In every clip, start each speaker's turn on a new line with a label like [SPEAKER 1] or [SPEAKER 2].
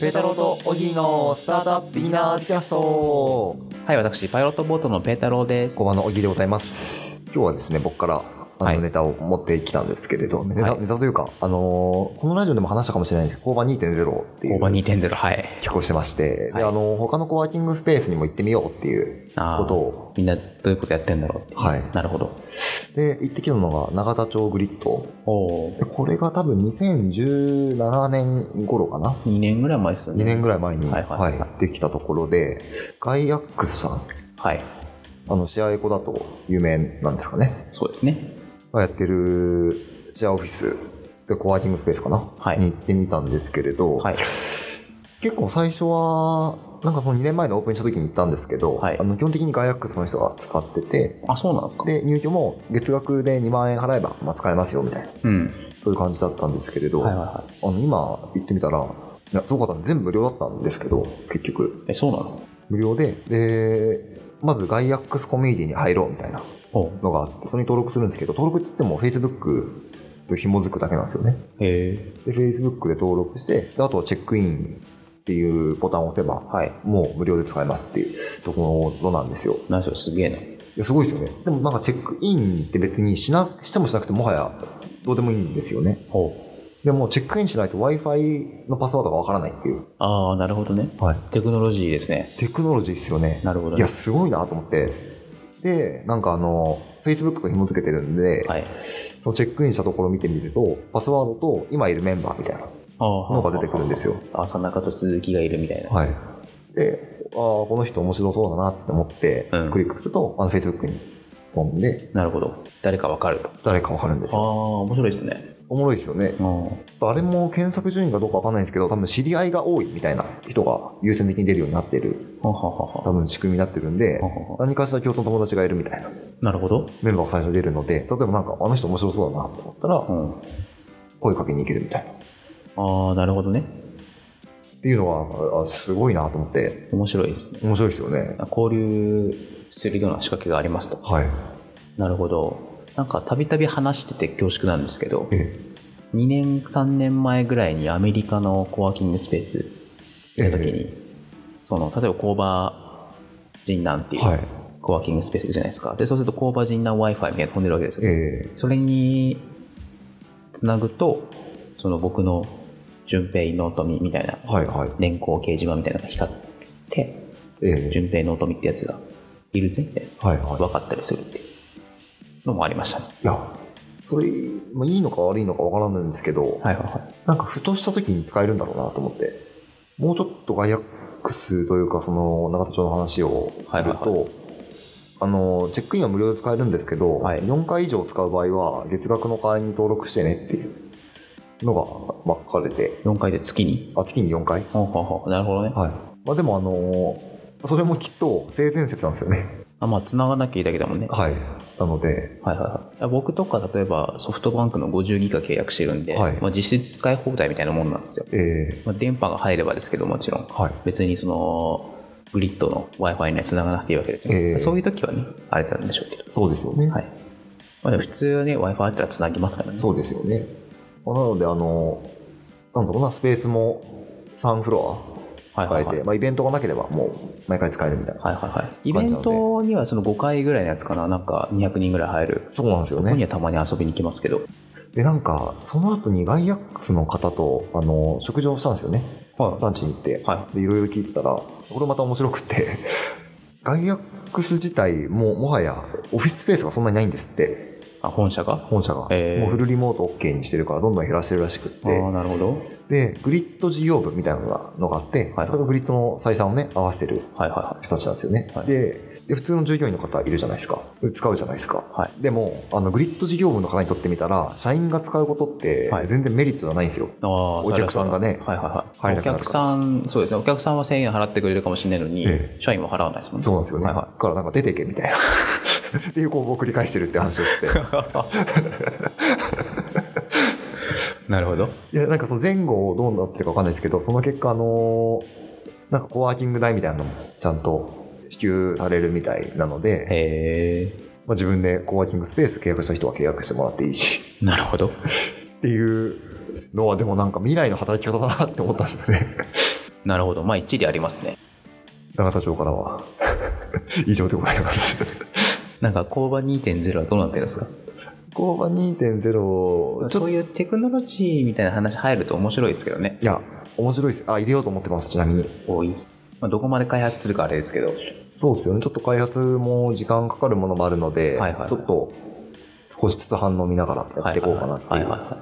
[SPEAKER 1] ペータローとオギーのスタートアップビギナーズキャスト
[SPEAKER 2] はい、私、パイロットボートのペータローです。
[SPEAKER 1] 5番のオギーでございます今日はですね僕からあ
[SPEAKER 2] は
[SPEAKER 1] の
[SPEAKER 2] い
[SPEAKER 1] ネタを持ってきたんですけれど、ネ
[SPEAKER 2] は
[SPEAKER 1] タ
[SPEAKER 2] い
[SPEAKER 1] ネタというか、あのーこのラジオでも話したかもしれないんですけど工場2.0ってい
[SPEAKER 2] オーバー
[SPEAKER 1] う
[SPEAKER 2] 2.0、はい。
[SPEAKER 1] 寄稿してまして、
[SPEAKER 2] はい
[SPEAKER 1] であのー他のコワーキングスペースにも行ってみようっていう
[SPEAKER 2] あー
[SPEAKER 1] ことを
[SPEAKER 2] みんなどういうことやってんだろうってう
[SPEAKER 1] はい
[SPEAKER 2] なるほど。
[SPEAKER 1] で行ってきたのが永田町グリッド
[SPEAKER 2] お
[SPEAKER 1] でこれが多分2017年頃かな
[SPEAKER 2] 2年ぐらい前ですよね。
[SPEAKER 1] 2年ぐらい前に、
[SPEAKER 2] はいはいはい
[SPEAKER 1] はいできたところでガイアックスさん
[SPEAKER 2] はい。
[SPEAKER 1] あの試合子だと有名なんですかね、
[SPEAKER 2] そうですね。
[SPEAKER 1] がやってるシェアオフィスでコワーキングスペースかな、
[SPEAKER 2] はい
[SPEAKER 1] に行ってみたんですけれど、
[SPEAKER 2] はい。
[SPEAKER 1] 結構最初は、なんかその2年前のオープンした時に行ったんですけど、
[SPEAKER 2] はい
[SPEAKER 1] あの基本的にガイアックスの人が使ってて、
[SPEAKER 2] あ、そうなんですか。
[SPEAKER 1] で入居も月額で2万円払えば、まあ、使えますよみたいな、
[SPEAKER 2] うん。
[SPEAKER 1] そういう感じだったんですけれど、
[SPEAKER 2] はいはいは
[SPEAKER 1] あの今行ってみたら、いや、すごかったんで全部無料だったんですけど、結局、
[SPEAKER 2] い。え、そうなの
[SPEAKER 1] 無料で、で、まずガイアックスコミュニティに入ろうみたいな。
[SPEAKER 2] おう
[SPEAKER 1] のがあって、それに登録するんですけど、登録って言っても Facebook と紐づくだけなんですよね。
[SPEAKER 2] へえ。
[SPEAKER 1] で、Facebook で登録して、であとはチェックインっていうボタンを押せば、
[SPEAKER 2] はい。
[SPEAKER 1] もう無料で使えますっていうところなんですよ。
[SPEAKER 2] 何しろすげえな。
[SPEAKER 1] いやすごいですよね。でもなんかチェックインって別にしな、してもしなくてもはやどうでもいいんですよね。
[SPEAKER 2] おう
[SPEAKER 1] でもチェックインしないと Wi-Fi のパスワードがわからないっていう。
[SPEAKER 2] ああ、なるほどね。
[SPEAKER 1] はい。
[SPEAKER 2] テクノロジーですね。
[SPEAKER 1] テクノロジーですよね。
[SPEAKER 2] なるほど
[SPEAKER 1] い
[SPEAKER 2] ね
[SPEAKER 1] や、。すごいなと思って。で、なんかあの、Facebook が紐づけてるんで、
[SPEAKER 2] はい。
[SPEAKER 1] そのチェックインしたところを見てみると、パスワードと今いるメンバーみたいな
[SPEAKER 2] ああ
[SPEAKER 1] のが出てくるんです
[SPEAKER 2] よ。
[SPEAKER 1] よ。
[SPEAKER 2] あ、田中と鈴木がいるみたいな。
[SPEAKER 1] はい。で、ああ、この人面白そうだなって思って
[SPEAKER 2] うん、
[SPEAKER 1] クリックすると、あの、Facebook に飛んで、
[SPEAKER 2] なるほど。誰かわかると。
[SPEAKER 1] 誰かわかるんです
[SPEAKER 2] ああ、
[SPEAKER 1] よ。
[SPEAKER 2] 面白いですね。
[SPEAKER 1] おもろいですよね。
[SPEAKER 2] うん。
[SPEAKER 1] あれも検索順位がどうかわかんないんですけど、多分知り合いが多いみたいな人が優先的に出るようになってる、
[SPEAKER 2] ははは
[SPEAKER 1] 多
[SPEAKER 2] は。
[SPEAKER 1] 分仕組みになってるんで
[SPEAKER 2] は、はは
[SPEAKER 1] 何かしら共通の友達がいるみたいな
[SPEAKER 2] なるほど。
[SPEAKER 1] メンバーが最初出るので、例えばなんか、あの人面白そうだなと思った
[SPEAKER 2] う
[SPEAKER 1] ら、
[SPEAKER 2] ん。
[SPEAKER 1] 声かけに行けるみたいな。
[SPEAKER 2] ああ、なるほどね。
[SPEAKER 1] っていうのは、あすごいなと思って、
[SPEAKER 2] 面白いですね。
[SPEAKER 1] 面白いですよね。
[SPEAKER 2] 交流するような仕掛けがありますと。
[SPEAKER 1] はい。
[SPEAKER 2] なるほど。なんかたびたび話してて恐縮なんですけど、
[SPEAKER 1] え
[SPEAKER 2] 2年、3年前ぐらいにアメリカのコワーキングスペース行った時に、その、例えば工場人なん
[SPEAKER 1] え
[SPEAKER 2] てい
[SPEAKER 1] は
[SPEAKER 2] う
[SPEAKER 1] い。
[SPEAKER 2] コワーキングスペースいるじゃないですか。で、そうすると工場人なん Wi-Fi みたいなの飛んでるわけですよ。
[SPEAKER 1] え
[SPEAKER 2] それにつなぐと、その僕の順平ノートミみたいな
[SPEAKER 1] えはいはい。
[SPEAKER 2] 電光掲示板みたいなのが光って、
[SPEAKER 1] ええ
[SPEAKER 2] 順平ノートミってやつがいるぜみたいな。
[SPEAKER 1] はいはい。
[SPEAKER 2] 分かったりするっていうのもありましたね。
[SPEAKER 1] いや、それ、まあ、いいのか悪いのかわからないんですけど、
[SPEAKER 2] はいはいはい。
[SPEAKER 1] なんかふとした時に使えるんだろうなと思って、もうちょっとガイアックスというか、その、永田町の話をすると、
[SPEAKER 2] はいはいは
[SPEAKER 1] あの、チェックインは無料で使えるんですけど、
[SPEAKER 2] はい
[SPEAKER 1] 4回以上使う場合は、月額の会員に登録してねっていうのが分かれて、
[SPEAKER 2] 4回で月に。
[SPEAKER 1] あ、月に4回
[SPEAKER 2] ほうほうほうなるほどね。
[SPEAKER 1] はい。まあでもあのーそれもきっと性善説なんですよね。
[SPEAKER 2] あまあ、繋がなきゃいいだけだもんね。は
[SPEAKER 1] はい。なので、
[SPEAKER 2] いはいはいいや。僕とか、例えばソフトバンクの50ギガ契約してるんで、
[SPEAKER 1] はい
[SPEAKER 2] まあ、実質使い放題みたいなもんなんですよ。
[SPEAKER 1] え
[SPEAKER 2] まあ、電波が入ればですけど、もちろん
[SPEAKER 1] ー、。はい。
[SPEAKER 2] 別にその、グリッドの Wi-Fi には繋がなくていいわけですよ。
[SPEAKER 1] ええ
[SPEAKER 2] そういう時はね、あれなんでしょうけど。
[SPEAKER 1] そうですよね。
[SPEAKER 2] はい。まあ、でも普通はね、Wi-Fi あったら繋ぎますからね。
[SPEAKER 1] そうですよね。まあなので、あのーなんだろうな、スペースも3フロア
[SPEAKER 2] は
[SPEAKER 1] 使え
[SPEAKER 2] い
[SPEAKER 1] て、
[SPEAKER 2] はいはい。
[SPEAKER 1] まあイベントがなければもう毎回使えるみたいな。
[SPEAKER 2] はいはいはい。イベントにはその5回ぐらいのやつかな、なんか200人ぐらい入る。
[SPEAKER 1] そうなんですよ
[SPEAKER 2] ここに
[SPEAKER 1] ね。
[SPEAKER 2] はたまに遊びに来ますけど。
[SPEAKER 1] で、なんか、その後にガイアックスの方と、あのー食事をしたんですよね。
[SPEAKER 2] は
[SPEAKER 1] ランチに行って。
[SPEAKER 2] はい
[SPEAKER 1] で、いろいろ聞いてたら、これまた面白くて、 ガイアックス自体、もうもはやオフィススペースがそんなにないんですって。
[SPEAKER 2] あ、本社が
[SPEAKER 1] 本社が、
[SPEAKER 2] えー
[SPEAKER 1] もうフルリモート OK にしてるからどんどん減らしてるらしくっ
[SPEAKER 2] ああ、
[SPEAKER 1] て
[SPEAKER 2] なるほど。
[SPEAKER 1] でグリッド事業部みたいなのがのがあって、
[SPEAKER 2] はい
[SPEAKER 1] それがグリッドの採算をね合わせてる
[SPEAKER 2] はいは
[SPEAKER 1] 人たちなんですよね、
[SPEAKER 2] はい
[SPEAKER 1] でで普通の従業員の方いるじゃないですか使うじゃないですか
[SPEAKER 2] いはい。はい。
[SPEAKER 1] でもあのグリッド事業部の方にとってみたら社員が使うことって
[SPEAKER 2] はい
[SPEAKER 1] 全然メリットがないんですよ、
[SPEAKER 2] ああ、
[SPEAKER 1] お客さんがね
[SPEAKER 2] それははいは
[SPEAKER 1] 入
[SPEAKER 2] い
[SPEAKER 1] れなくなる
[SPEAKER 2] はい。お
[SPEAKER 1] から
[SPEAKER 2] 客さん、そうですね。お客さんは1000円払ってくれるかもしれないのに
[SPEAKER 1] え、
[SPEAKER 2] 社員は払わないですもんね。
[SPEAKER 1] そうなんですよね、
[SPEAKER 2] はい
[SPEAKER 1] だ
[SPEAKER 2] は
[SPEAKER 1] からなんか出てけみたいな っていう攻防を繰り返してるって話をして
[SPEAKER 2] い。なるほど。
[SPEAKER 1] いやなんかその前後どうなってるかわかんないですけどその結果あのーなんかコワーキング代みたいなのもちゃんと支給されるみたいなので、
[SPEAKER 2] へ
[SPEAKER 1] まあ、自分でコワーキングスペース契約した人は契約してもらっていいし
[SPEAKER 2] え。なるほど。
[SPEAKER 1] っていうのはでもなんか未来の働き方だなって思ったんですよね
[SPEAKER 2] なるほど。まあ、一理ありますね。
[SPEAKER 1] 永田町からは 以上でございます。
[SPEAKER 2] なんか、工場2.0はどうなってるんですか
[SPEAKER 1] 工場2.0、ちょっと
[SPEAKER 2] そういうテクノロジーみたいな話入ると面白いですけどね。
[SPEAKER 1] いや、面白いです。あ、入れようと思ってます、ちなみに。
[SPEAKER 2] 多いです。まあ、どこまで開発するかあれですけど。
[SPEAKER 1] そうですよね。ちょっと開発も時間かかるものもあるので、
[SPEAKER 2] はいはいはい
[SPEAKER 1] ちょっと少しずつ反応見ながらやっていこうかなってい
[SPEAKER 2] はいはいうは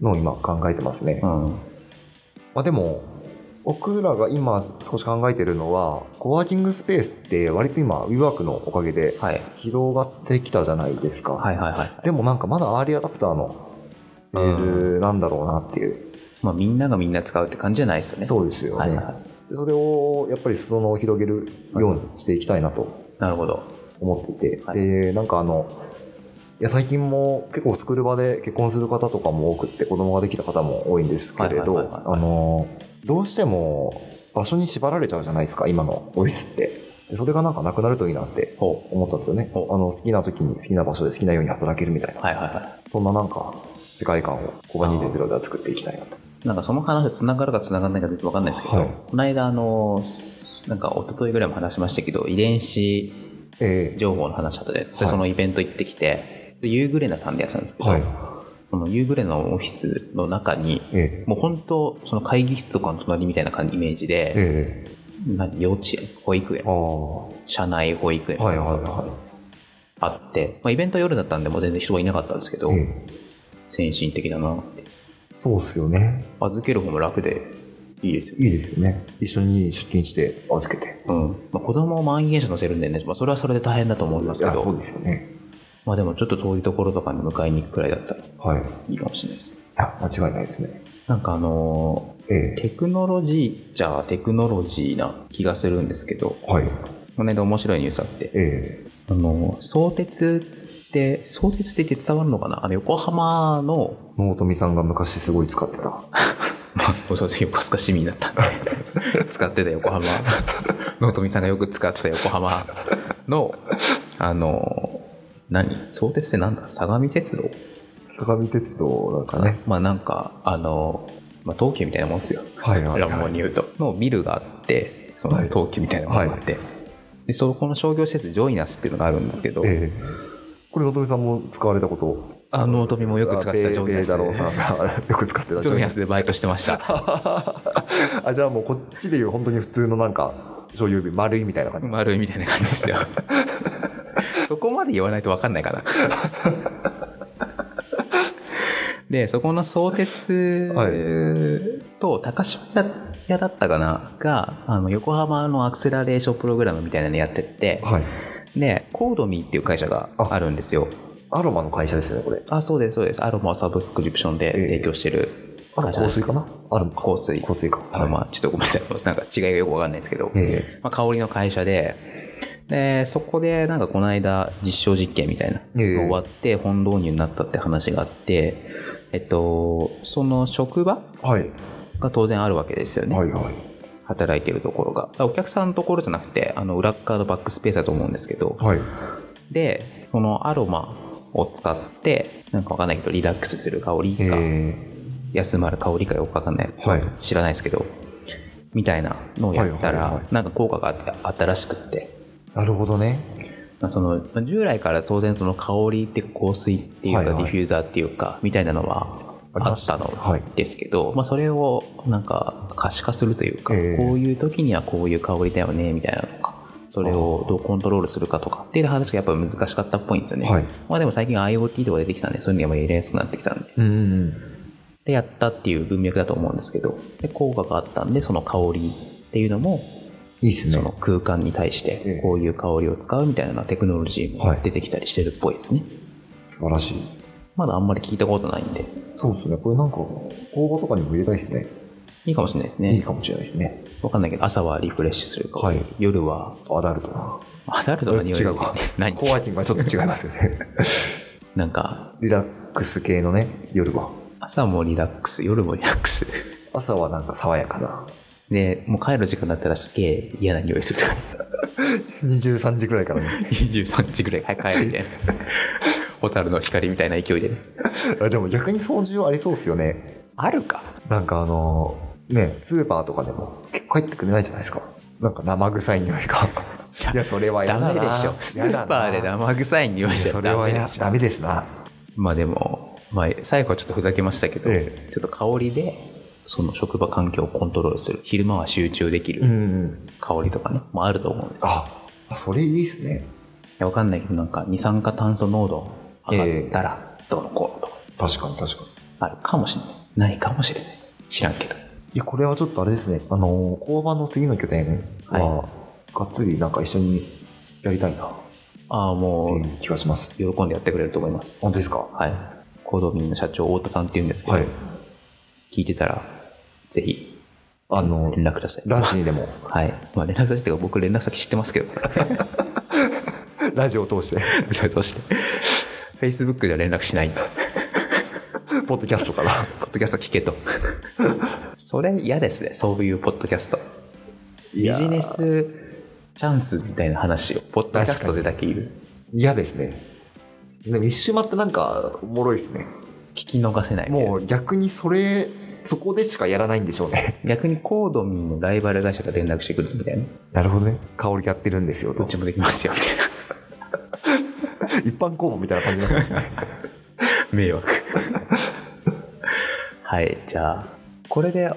[SPEAKER 1] のを今考えてますね。
[SPEAKER 2] いはい。
[SPEAKER 1] まあでも、僕らが今少し考えてるのは、コワーキングスペースって割と今 WeWork のおかげ
[SPEAKER 2] う
[SPEAKER 1] で
[SPEAKER 2] ん。はい。
[SPEAKER 1] 広がってきたじゃないですか。
[SPEAKER 2] はいはいはい。
[SPEAKER 1] でもなんかまだアーリーアダプターのレールなんだろうなっていう。
[SPEAKER 2] まあ、みんながみんな使うって感じじゃないですよね。
[SPEAKER 1] そうですよね。
[SPEAKER 2] はいはいはい。
[SPEAKER 1] でそれをやっぱり裾野を広げるようにしていきたいなと
[SPEAKER 2] なるほど。
[SPEAKER 1] 思っていて、
[SPEAKER 2] はい
[SPEAKER 1] でなんかあのいや最近も結構作る場で結婚する方とかも多くって子供ができた方も多いんですけれど
[SPEAKER 2] はいはいはい
[SPEAKER 1] あのどうしても場所に縛られちゃうじゃないですか今のオフィスってでそれがなんかなくなるといいなって
[SPEAKER 2] ほ
[SPEAKER 1] 思ったんですよねあ
[SPEAKER 2] ほう。
[SPEAKER 1] の好きな時に好きな場所で好きなように働けるみたいうな
[SPEAKER 2] はいはいは
[SPEAKER 1] そんななんか世界観をここが2.0では作っていきたいなと
[SPEAKER 2] い。なんか、その話、繋がるか繋がらないか全然わかんないですけど、
[SPEAKER 1] はい
[SPEAKER 2] この間、あの、なんか、一昨日ぐらいも話しましたけど、遺伝子
[SPEAKER 1] ええ
[SPEAKER 2] 情報の話だったで、
[SPEAKER 1] は
[SPEAKER 2] で
[SPEAKER 1] い
[SPEAKER 2] そのイベント行ってきて、でユーグレナさんでやってたんですけど、
[SPEAKER 1] はい
[SPEAKER 2] そのユーグレナのオフィスの中に、
[SPEAKER 1] ええ
[SPEAKER 2] もう本当、その会議室とかの隣みたいな感じイメージで、
[SPEAKER 1] ええ
[SPEAKER 2] 何幼稚園、保育園
[SPEAKER 1] あ、あは
[SPEAKER 2] 社内保育園
[SPEAKER 1] いはいは
[SPEAKER 2] あって、まあ、イベント夜だったんで、もう全然人はいなかったんですけど
[SPEAKER 1] い、ええ
[SPEAKER 2] 先進的だなって。
[SPEAKER 1] そうっすよね
[SPEAKER 2] 預ける方も楽でいいですよね。
[SPEAKER 1] いいですよね。一緒に出勤して預けて。
[SPEAKER 2] うんまあ、子供を満員電車乗せるんでね、まあ、それはそれで大変だと思いますけ
[SPEAKER 1] あそう
[SPEAKER 2] ど、
[SPEAKER 1] ですよね。
[SPEAKER 2] まあ、でもちょっと遠いところとかに迎えに行くくらいだったらい
[SPEAKER 1] はい。い
[SPEAKER 2] いかもしれないですね。
[SPEAKER 1] や、間違いないですね。
[SPEAKER 2] なんかあの
[SPEAKER 1] え
[SPEAKER 2] ーテクノロジーじゃあテクノロジーな気がするんですけど、
[SPEAKER 1] えはい。
[SPEAKER 2] この間面白いニュースあって、
[SPEAKER 1] え
[SPEAKER 2] あのー相鉄って、相鉄って言って伝わるのかなあの横浜の、
[SPEAKER 1] え納富さんが昔すごい使ってた。
[SPEAKER 2] まあ、そうです横須賀市民だっ たんで、使ってた横浜、納富さんがよく使ってた横浜の、あのー何相鉄ってなんだ相模鉄道
[SPEAKER 1] 相模鉄道なんかね。
[SPEAKER 2] まあなんか、あの、まあ、東急みたいなもんですよ。
[SPEAKER 1] はいはい、
[SPEAKER 2] 乱暴に言うと。のビルがあって、その
[SPEAKER 1] はい
[SPEAKER 2] 東急みたいなものがあって、でそこの商業施設、ジョイナスっていうのがあるんですけど、
[SPEAKER 1] ええこれ、納富さんも使われたこと
[SPEAKER 2] あの、富もよく使ってたジョイナス。
[SPEAKER 1] だろうさんがよく使ってた
[SPEAKER 2] ジョイナスでバイトしてまし た。
[SPEAKER 1] あ、じゃあもうこっちでいう本当に普通のなんか、醤油瓶、丸いみたいな感じ。
[SPEAKER 2] 丸いみたいな感じですよ。 そこまで言わないと分かんない かな。で、そこの相鉄
[SPEAKER 1] はい
[SPEAKER 2] と高島屋だったかなが、あの横浜のアクセラレーションプログラムみたいなのやってって、
[SPEAKER 1] はい。
[SPEAKER 2] で、コードミーっていう会社があるんですよ。
[SPEAKER 1] アロマの会社ですよね、これ。
[SPEAKER 2] あ、そうです、そうです。アロマをサブスクリプションで提供してる
[SPEAKER 1] あ
[SPEAKER 2] 会社な
[SPEAKER 1] 香
[SPEAKER 2] んです
[SPEAKER 1] 水かなアロマか。
[SPEAKER 2] 香水。
[SPEAKER 1] 香水か。
[SPEAKER 2] アロマ、ちょっとごめんなさい。なんか違いがよく分かんないですけど。
[SPEAKER 1] え
[SPEAKER 2] まあ、香りの会社で、で、そこでなんかこの間実証実験みたいな、
[SPEAKER 1] えええ
[SPEAKER 2] 終わって本導入になったって話があって、えっと、その職場
[SPEAKER 1] はい。
[SPEAKER 2] が当然あるわけですよね。
[SPEAKER 1] はいはい。
[SPEAKER 2] 働いてるところが。お客さんのところじゃなくて、あの、裏っ側のバックスペースだと思うんですけど、
[SPEAKER 1] はい。
[SPEAKER 2] で、そのアロマを使って、なんかわかんないけど、リラックスする香り
[SPEAKER 1] え
[SPEAKER 2] か、休まる香りかよくわかんない。
[SPEAKER 1] ー、はい。
[SPEAKER 2] 知らないですけど、みたいなのをやった
[SPEAKER 1] はいはいは
[SPEAKER 2] ら
[SPEAKER 1] い、
[SPEAKER 2] なんか効果があってあったらしくって。
[SPEAKER 1] なるほどね。
[SPEAKER 2] まあそのまあ従来から当然その香りって香水っていうか
[SPEAKER 1] はい
[SPEAKER 2] デ
[SPEAKER 1] はい
[SPEAKER 2] ィフューザーっていうかみたいなのはあった
[SPEAKER 1] は
[SPEAKER 2] の
[SPEAKER 1] い
[SPEAKER 2] ですけど、まあ、それをなんか可視化するというか、
[SPEAKER 1] ええ
[SPEAKER 2] こういう時にはこういう香りだよねみたいなのとかそれをどうコントロールするかとかっていう話がやっぱ難しかったっぽいんですよね、
[SPEAKER 1] はい。
[SPEAKER 2] まあ、でも最近 IoT とか出てきたんでそういうのがやりやすくなってきたんで
[SPEAKER 1] うんうん
[SPEAKER 2] でやったっていう文脈だと思うんですけどで効果があったんでその香りっていうのも
[SPEAKER 1] いいです
[SPEAKER 2] そ
[SPEAKER 1] ね
[SPEAKER 2] の。空間に対し
[SPEAKER 1] え
[SPEAKER 2] て
[SPEAKER 1] え
[SPEAKER 2] こういう香りを使うみたいなテクノロジーも
[SPEAKER 1] はい
[SPEAKER 2] 出てきたりしてるっぽいですね、
[SPEAKER 1] 素晴らしい。
[SPEAKER 2] まだあんまり聞いたことないんで
[SPEAKER 1] そうですね。これなんか、工場とかにも入れたいですね。
[SPEAKER 2] いいかもしれないです
[SPEAKER 1] いい
[SPEAKER 2] ね
[SPEAKER 1] かもしれないですね。
[SPEAKER 2] わかんないけど朝はリフレッシュするか、
[SPEAKER 1] はい
[SPEAKER 2] 夜は
[SPEAKER 1] アダルトな。
[SPEAKER 2] アダルトの匂い
[SPEAKER 1] 違うか。
[SPEAKER 2] 何
[SPEAKER 1] コワーキングはちょっと違いますよね。
[SPEAKER 2] なんか
[SPEAKER 1] リラックス系のね、夜は。
[SPEAKER 2] 朝もリラックス夜もリラックス
[SPEAKER 1] 朝はなんか爽やかな。
[SPEAKER 2] でもう帰る時間だったらすげえ嫌な匂いする とか
[SPEAKER 1] 23時くらいからね。
[SPEAKER 2] 23時ぐらい早く帰るみ たいなホタルの光みたいな勢いでね
[SPEAKER 1] あでも逆に掃除はありそうですよね。
[SPEAKER 2] あるか
[SPEAKER 1] なんかあの、ね、スーパーとかでも結帰ってくれないじゃないですか。なんか生臭い匂いが。いや、それは
[SPEAKER 2] ダ
[SPEAKER 1] 嫌だな
[SPEAKER 2] メでしょスーパーで
[SPEAKER 1] ダ
[SPEAKER 2] 生臭い匂い
[SPEAKER 1] メ
[SPEAKER 2] しちゃ
[SPEAKER 1] それ
[SPEAKER 2] ダ
[SPEAKER 1] は
[SPEAKER 2] メ
[SPEAKER 1] 嫌
[SPEAKER 2] でし
[SPEAKER 1] ダ
[SPEAKER 2] ょ
[SPEAKER 1] メですな。
[SPEAKER 2] まあでも、まあ、最後はちょっとふざけましたけど、
[SPEAKER 1] え
[SPEAKER 2] ちょっと香りでその職場環境をコントロールする昼間は集中でき
[SPEAKER 1] う
[SPEAKER 2] る
[SPEAKER 1] ん。
[SPEAKER 2] 香りとかね、もあると思うんですよ
[SPEAKER 1] あ、それいいですね。
[SPEAKER 2] いやわかんないけどなんか二酸化炭素濃度上がったらどうのこうのとか
[SPEAKER 1] 確かに確かに。
[SPEAKER 2] あるかもしれないないかもしれない知らんけど
[SPEAKER 1] いや、これはちょっとあれですね。あの、交番の次の拠点は、がっつりなんか一緒にやりたいなっ
[SPEAKER 2] ああ
[SPEAKER 1] て
[SPEAKER 2] も
[SPEAKER 1] いう気がします。
[SPEAKER 2] う喜んでやってくれると思います
[SPEAKER 1] 本当ですか
[SPEAKER 2] はい行動民の社長太田さんっていうんですけど、
[SPEAKER 1] はい。
[SPEAKER 2] 聞いてたらぜひ
[SPEAKER 1] あの、
[SPEAKER 2] 連絡ください
[SPEAKER 1] ラジにでも、
[SPEAKER 2] はい、まあ、連絡先っていうか僕連絡先知ってますけど
[SPEAKER 1] ラジオを通して、
[SPEAKER 2] それとして Facebook では連絡しないんだ
[SPEAKER 1] ポッドキャストから。
[SPEAKER 2] ポッドキャスト聞けと それ嫌ですねそういうポッドキャスト
[SPEAKER 1] い
[SPEAKER 2] ビ
[SPEAKER 1] やー
[SPEAKER 2] ジネスチャンスみたいな話をポッドキャストでだけ言う
[SPEAKER 1] 嫌ですね。でも一周回ってなんかおもろいですね。
[SPEAKER 2] 聞き逃せない
[SPEAKER 1] もう逆にそれ、そこでしかやらないんでしょうね。
[SPEAKER 2] 逆にコードミンのライバル会社が連絡してくるみたいな
[SPEAKER 1] なるほどね。 香りやってるんですよ
[SPEAKER 2] どっちもできますよみたいな
[SPEAKER 1] 一般公募みたいな感じになってますね
[SPEAKER 2] 迷惑 はいじゃあこれで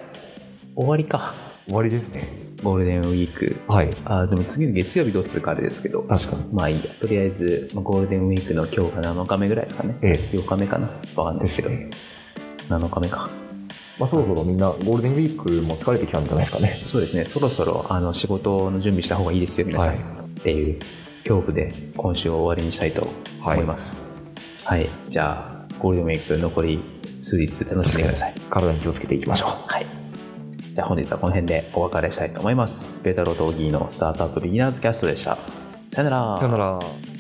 [SPEAKER 2] 終わりか
[SPEAKER 1] 終わりですね。
[SPEAKER 2] ゴールデンウィーク
[SPEAKER 1] はい。
[SPEAKER 2] あでも次の月曜日どうするかあれですけど
[SPEAKER 1] 確かに。
[SPEAKER 2] まあいいやとりあえず、まあ、ゴールデンウィークの今日が7日目ぐらいですかね
[SPEAKER 1] ええ。
[SPEAKER 2] 8日目かなわかんないですけど
[SPEAKER 1] ですね
[SPEAKER 2] 7日目か
[SPEAKER 1] まあそろそろみんなゴールデンウィークも疲れてきたんじゃないですかね。
[SPEAKER 2] そうですねそろそろあの仕事の準備した方がいいですよ皆さん、
[SPEAKER 1] はい
[SPEAKER 2] っていう恐怖で今週を終わりにしたいと思いますはい、じゃあゴールデンウィーク残り数日楽しんでください
[SPEAKER 1] 体に気をつけていきましょう。
[SPEAKER 2] はいじゃあ本日はこの辺でお別れしたいと思いますペータローとオギーのスタートアップビギナーズキャストでしたさよなら
[SPEAKER 1] さよなら。